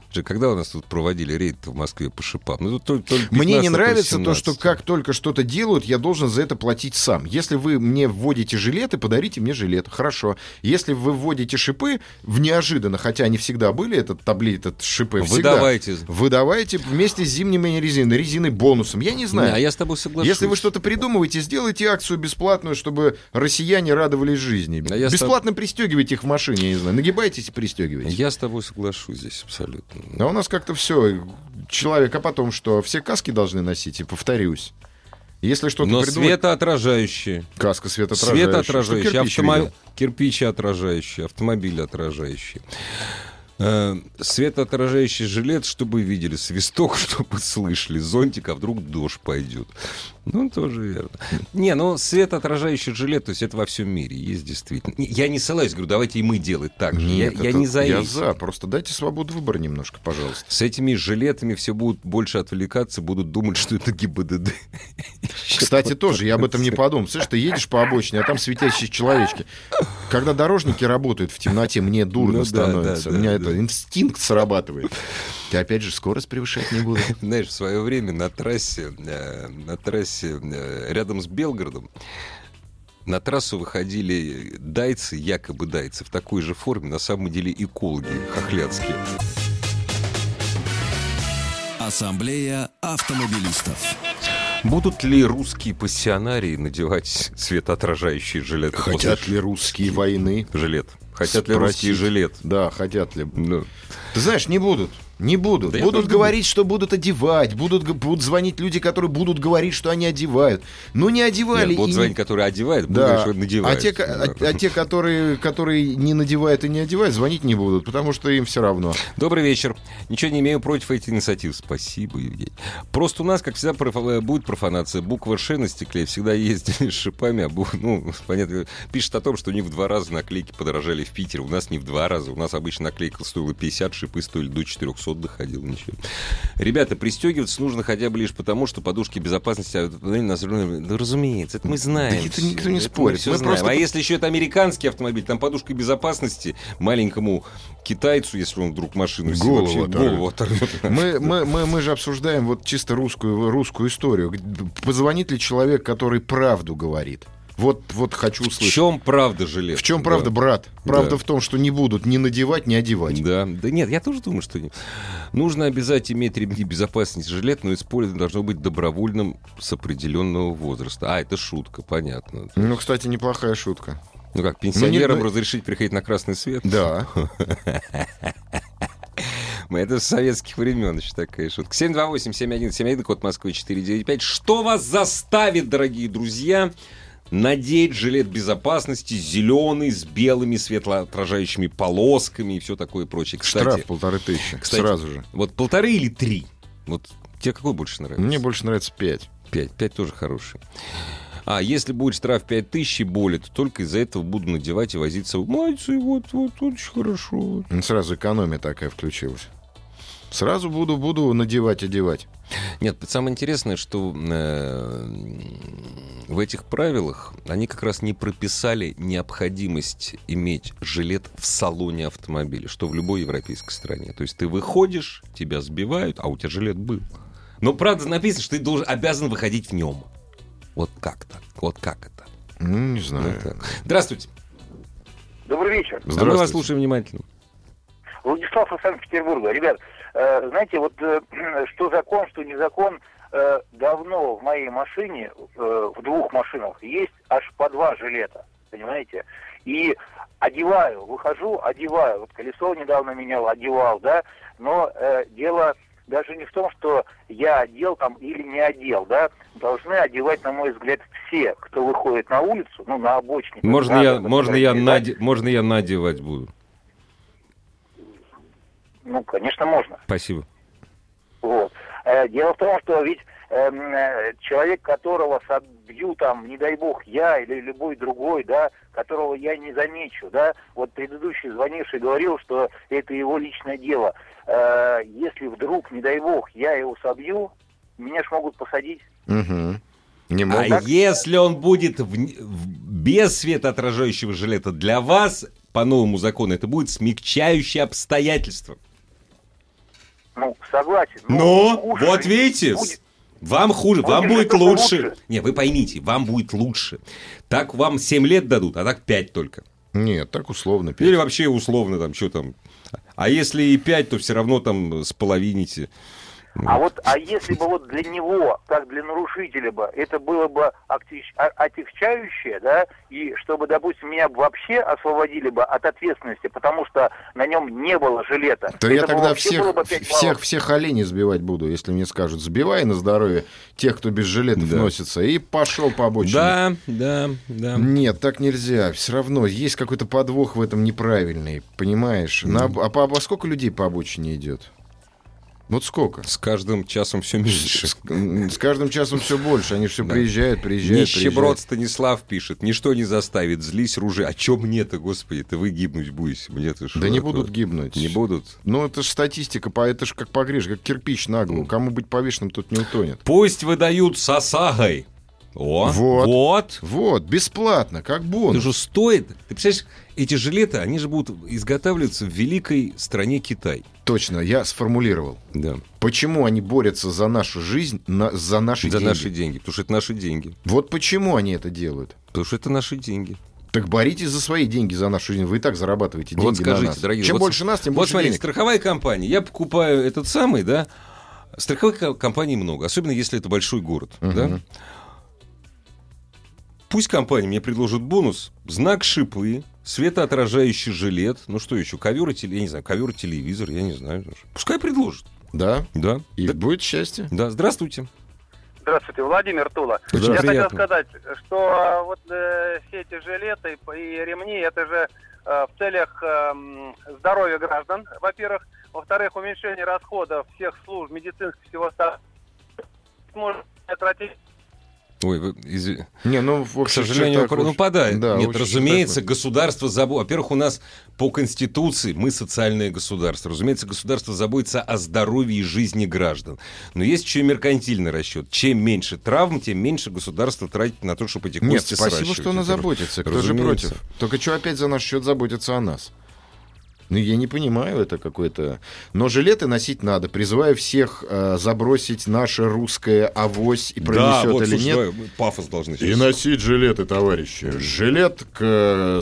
S2: же, когда у нас тут проводили рейд в Москве по шипам? Ну, тут то- то ли
S3: Мне
S2: 15, то
S3: не
S2: ли
S3: нравится то, что
S2: 17.
S3: как только что-то делают, я должен за это платить сам. Если вы мне вводите жилеты, подарите мне жилет. Хорошо. Если вы вводите шипы, в неожиданно, хотя они всегда были, этот табли, этот шипы всегда.
S2: Выдавайте.
S3: Выдавайте вместе с зимними резиной, резиной бонусом. Я не знаю.
S2: Не, а я с тобой соглашусь.
S3: Если вы что-то придумываете, сделайте акцию бесплатную, чтобы россияне радовались жизни.
S2: А я с тоб-
S3: Бесплатно пристегивайте их в машине, я не знаю. Нагибайтесь и пристегивайте.
S2: Я с тобой соглашусь здесь абсолютно.
S3: А у нас как-то все. Человек, а потом что? Все каски должны носить, и повторюсь. Если что-то
S2: Но
S3: придумать-
S2: светоотражающие.
S3: Каска светоотражающая.
S2: Светоотражающие.
S3: Что, кирпич
S2: автомо-
S3: видел?
S2: Кирпичи отражающие, автомобили отражающие. Э, Светоотражающий жилет, чтобы видели, свисток, [laughs] чтобы слышали, зонтик, а вдруг дождь пойдет. Ну, тоже верно. Не, ну, светоотражающий жилет, то есть это во всем мире есть действительно. Не, Я не ссылаюсь, говорю, давайте и мы делать так же. Я-
S3: Нет,
S2: я,
S3: это-
S2: не за
S3: Я
S2: эти.
S3: за. Просто дайте свободу выбора немножко,
S2: [laughs]
S3: пожалуйста.
S2: С этими жилетами все будут больше отвлекаться, будут думать, [laughs] что это ГИБДД.
S3: Кстати, тоже, я об этом не подумал. Слышь, ты едешь по обочине, а там светящиеся человечки. Когда дорожники работают в темноте, мне
S2: Ну
S3: дурно
S2: да,
S3: становится.
S2: да, да,
S3: У меня
S2: да.
S3: это инстинкт срабатывает. Ты опять же скорость превышать не буду.
S2: Знаешь, в свое время на трассе, э, на трассе э, рядом с Белгородом на трассу выходили дайцы, якобы дайцы, в такой же форме, на самом деле экологи хохлядские.
S1: Ассамблея автомобилистов.
S2: Будут ли русские пассионарии надевать светоотражающие жилеты?
S3: Хотят
S2: после
S3: ли русские войны?
S2: Жилет. Хотят ли русские
S3: Спросить.
S2: жилет?
S3: Да, хотят ли.
S2: Ну,
S3: Ты знаешь, не будут. Не будут.
S2: Да я
S3: будут
S2: тоже
S3: говорить, что будут одевать, будут, г- будут звонить люди, которые будут говорить, что они одевают. Ну, не одевали.
S2: нет,
S3: и
S2: вот
S3: не-
S2: звонить, который одевает, будут
S3: Да.
S2: говорить, что надевает.
S3: А те, ко- а- а те, которые, которые не надевают и не одевают, звонить не будут, потому что им все равно.
S2: Добрый вечер. Ничего не имею против этих инициатив. Спасибо, Евгений. Просто у нас, как всегда, профа- э, будет профанация. Буква «Ш» на стекле всегда ездили с [laughs] шипами. а бу- Ну, понятно. Пишет о том, что у них в два раза наклейки подорожали в Питере. У нас не в два раза. У нас обычно наклейка стоила 50, шипы стоили до 400, доходил ничего. Ребята, пристегиваться нужно хотя бы лишь потому, что подушки безопасности автомобиля на зеленом- Да, Ну, разумеется, это мы знаем.
S3: это
S2: всё,
S3: никто не
S2: это мы
S3: спорит.
S2: всё
S3: Мы
S2: знаем.
S3: просто
S2: А если еще это американский автомобиль, там подушка безопасности маленькому китайцу, если он вдруг машину сел,
S3: Голову
S2: вообще
S3: оторвет.
S2: голову
S3: [laughs]
S2: оторвет. [laughs]
S3: Мы, мы, мы, мы же обсуждаем вот чисто русскую, русскую историю. Позвонит ли человек, который правду говорит? Вот, вот хочу
S2: В
S3: услышать.
S2: чем правда жилет?
S3: В чем правда, брат? Правда
S2: Да.
S3: в том, что не будут ни надевать, ни одевать.
S2: Да. да нет, я тоже думаю, что не- нужно обязательно иметь ремни безопасности жилет, но использование должно быть добровольным с определенного возраста. А, это шутка, понятно.
S3: Ну, кстати,
S2: [laughs]
S3: неплохая шутка.
S2: Ну как, пенсионерам
S3: ну-
S2: разрешить приходить на красный свет?
S3: Да.
S2: Мы это с советских времен еще такая шутка. 728-7171, код Москвы 495. Что вас заставит, дорогие друзья, надеть жилет безопасности зеленый с белыми светлоотражающими полосками и все такое прочее? Кстати,
S3: Штраф полторы тысячи.
S2: кстати,
S3: Сразу же.
S2: вот полторы или три? Вот тебе какой больше нравится?
S3: Мне больше нравится пять.
S2: Пять. Пять тоже хороший. А если будет штраф 5000 и более, то только из-за этого буду надевать и возиться. Мальцы, вот, вот, очень хорошо.
S3: Ну, Сразу экономия такая включилась. Сразу буду, буду надевать, одевать.
S2: Нет, самое интересное, что э, в этих правилах они как раз не прописали необходимость иметь жилет в салоне автомобиля, что в любой европейской стране. То есть ты выходишь, тебя сбивают, а у тебя жилет был. Но правда написано, что ты должен, обязан выходить в нем. Вот как так? Вот как это?
S3: Ну, не
S2: Ну,
S3: знаю.
S2: так. Здравствуйте.
S8: Добрый вечер.
S2: А мы вас
S3: Здравствуйте.
S2: слушаем внимательно.
S8: Владислав из Санкт-Петербурга. Ребят, э, знаете, вот э, [clears throat] что закон, что не закон, э, давно в моей машине, э, в двух машинах, есть аж по два жилета, понимаете? И одеваю, выхожу, одеваю. Вот колесо недавно менял, одевал, да? Но э, дело даже не в том, что я одел там или не одел, да? Должны одевать, на мой взгляд, все, кто выходит на улицу, ну, на обочине.
S2: Можно
S8: Надо,
S2: я,
S8: так
S2: можно
S8: сказать,
S2: я,
S8: да?
S2: наде- можно я надевать буду?
S8: Ну, конечно, можно.
S2: Спасибо.
S8: Вот. Э, Дело в том, что ведь эм, э, человек, которого собью там, не дай бог, я или любой другой, да, которого я не замечу, да, вот предыдущий звонивший говорил, что это его личное дело. Э, Если вдруг, не дай бог, я его собью, меня ж могут посадить.
S3: Мгм. Не
S2: А
S3: могут.
S2: если он будет в- в- без светоотражающего жилета для вас, по новому закону, это будет смягчающее обстоятельство.
S8: Ну, согласен.
S2: Ну,
S8: хуже
S2: вот
S8: же
S2: видите,
S8: будет.
S2: с- вам хуже,
S8: Будет
S2: вам
S8: же
S2: будет
S8: только
S2: лучше.
S8: лучше.
S2: Не, вы поймите, вам будет лучше. Так вам 7 лет дадут, а так 5 только.
S3: Нет, так условно. пять.
S2: Или вообще условно там, что там. А если и 5, то все равно там с половините.
S8: А вот, а если бы вот для него, как для нарушителя бы, это было бы актиш- а- отягчающее, да, и чтобы, допустим, меня бы вообще освободили бы от ответственности, потому что на нем не было жилета.
S3: То
S8: Это
S3: я
S8: бы
S3: тогда
S8: вообще
S3: всех,
S8: было бы пять
S3: всех,
S8: баллов.
S3: всех оленей сбивать буду, если мне скажут, сбивай на здоровье тех, кто без жилетов
S2: Да.
S3: носится, и пошел по обочине.
S2: Да, да, да.
S3: Нет, так нельзя. Все равно есть какой-то подвох в этом неправильный, понимаешь? На об- а, по, а сколько людей по обочине идет? Вот сколько?
S2: С каждым часом все меньше.
S3: С, м, с каждым часом все больше. Они все
S2: Да.
S3: приезжают, приезжают,
S2: Нищеброд Станислав пишет, ничто не заставит, злись, ружи. А чё мне-то, господи, ты вы гибнуть будете? Мне-то что?
S3: приезжают. Да не
S2: это?
S3: будут гибнуть.
S2: Не будут.
S3: Ну, это же статистика, по- это же как погрешь, как кирпич на голову. Кому быть повешенным, тут не утонет.
S2: Пусть выдают с осагой. О,
S3: Вот.
S2: вот.
S3: Вот, бесплатно, как
S2: Это
S3: бонус.
S2: же стоит. Ты представляешь, эти жилеты, они же будут изготавливаться в великой стране Китай.
S3: Точно, я сформулировал.
S2: Да.
S3: Почему они борются за нашу жизнь, на- за наши
S2: За
S3: деньги?
S2: наши деньги. Потому что это наши деньги.
S3: Вот почему они это делают?
S2: Потому что это наши деньги.
S3: Так боритесь за свои деньги, за нашу жизнь. Вы и так зарабатываете деньги
S2: вот скажите,
S3: на нас.
S2: дорогие,
S3: Чем
S2: вот-
S3: больше нас, тем
S2: вот
S3: больше
S2: смотрите,
S3: денег.
S2: страховая компания. Я покупаю этот самый, да, Страховых ко- компаний много, особенно если это большой город. Да?
S3: Мгм.
S2: Пусть компания мне предложит бонус, знак шипы, светоотражающий жилет, ну что еще, ковер и теле- я не знаю, ковер и телевизор, я не знаю. Пускай предложит.
S3: Да?
S2: Да.
S3: И
S2: Да,
S3: будет счастье.
S2: да, здравствуйте.
S6: Здравствуйте, Владимир Тула.
S2: Очень
S6: Я хотел
S2: приятно.
S6: сказать, что а, вот э, все эти жилеты и п- и ремни, это же э, в целях эм, здоровья граждан, во-первых. Во-вторых, уменьшение расходов всех служб, медицинских, всего остального. Можно тратить
S2: Ой, вы, изв-
S3: Не, ну, в
S2: К
S3: общих
S2: сожалению,
S3: чертах,
S2: опро- ну,
S3: очень-
S2: падает.
S3: Да,
S2: Нет,
S3: очень
S2: разумеется,
S3: чертах.
S2: государство заботится. Во-первых, у нас по Конституции мы социальное государство. Разумеется, государство заботится о здоровье и жизни граждан. Но есть еще и меркантильный расчет. Чем меньше травм, тем меньше государство тратит на то, чтобы эти кости
S3: Нет, спасибо,
S2: сращивать.
S3: что она
S2: Это раз-
S3: заботится. Кто
S2: разумеется.
S3: же против? Только что опять за наш счет заботится о нас? Ну, я не понимаю, это какое-то... Но жилеты носить надо. Призываю всех э, забросить наше русское авось и
S2: Да,
S3: пронесет
S2: вот,
S3: или
S2: слушай,
S3: нет.
S2: давай, мы пафос должны
S3: И
S2: сейчас.
S3: носить жилеты, товарищи. Жилет к э,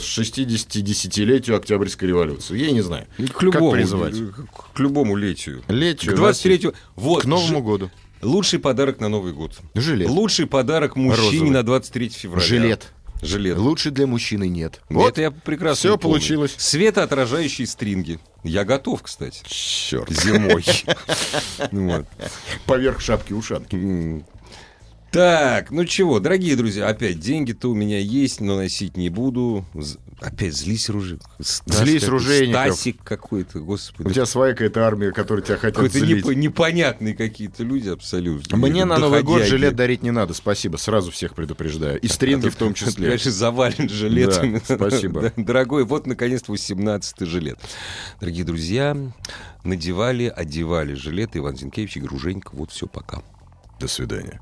S3: 60-десятилетию Октябрьской революции. Я не знаю.
S2: К любому,
S3: Как призывать?
S2: к- К любому летию.
S3: Летию.
S2: К 23
S3: носить.
S2: Вот,
S3: К Новому
S2: жи-
S3: году.
S2: лучший подарок на Новый год.
S3: Жилет.
S2: Лучший подарок мужчине
S3: Розовый.
S2: на 23 февраля.
S3: Жилет.
S2: Жилет.
S3: Лучше для мужчины нет.
S2: это я прекрасно
S3: всё
S2: помню.
S3: получилось.
S2: Светоотражающие стринги. Я готов, кстати.
S3: Черт.
S2: Зимой.
S3: [laughs]
S2: Вот.
S3: Поверх шапки ушанки.
S2: М. Так, ну чего, дорогие друзья, опять деньги-то у меня есть, но носить не буду. З- Опять злись, Ружи... Стас
S3: Злись,
S2: какой-
S3: Ружейников.
S2: Стасик какой-то, господи.
S3: У тебя своя какая-то армия, которая тебя хотят
S2: Какой-то
S3: злить.
S2: непо- непонятные какие-то люди абсолютно.
S3: Мне на Новый год
S2: Доходяги. А
S3: жилет дарить не надо, спасибо, сразу всех предупреждаю. И стринги в том числе.
S2: Конечно, завален жилетами. [laughs]
S3: Да, спасибо.
S2: Да, Дорогой, вот наконец-то 18-й жилет. Дорогие друзья, надевали, одевали жилеты Иван Зинкевич и Груженько. Вот все, пока.
S3: До свидания.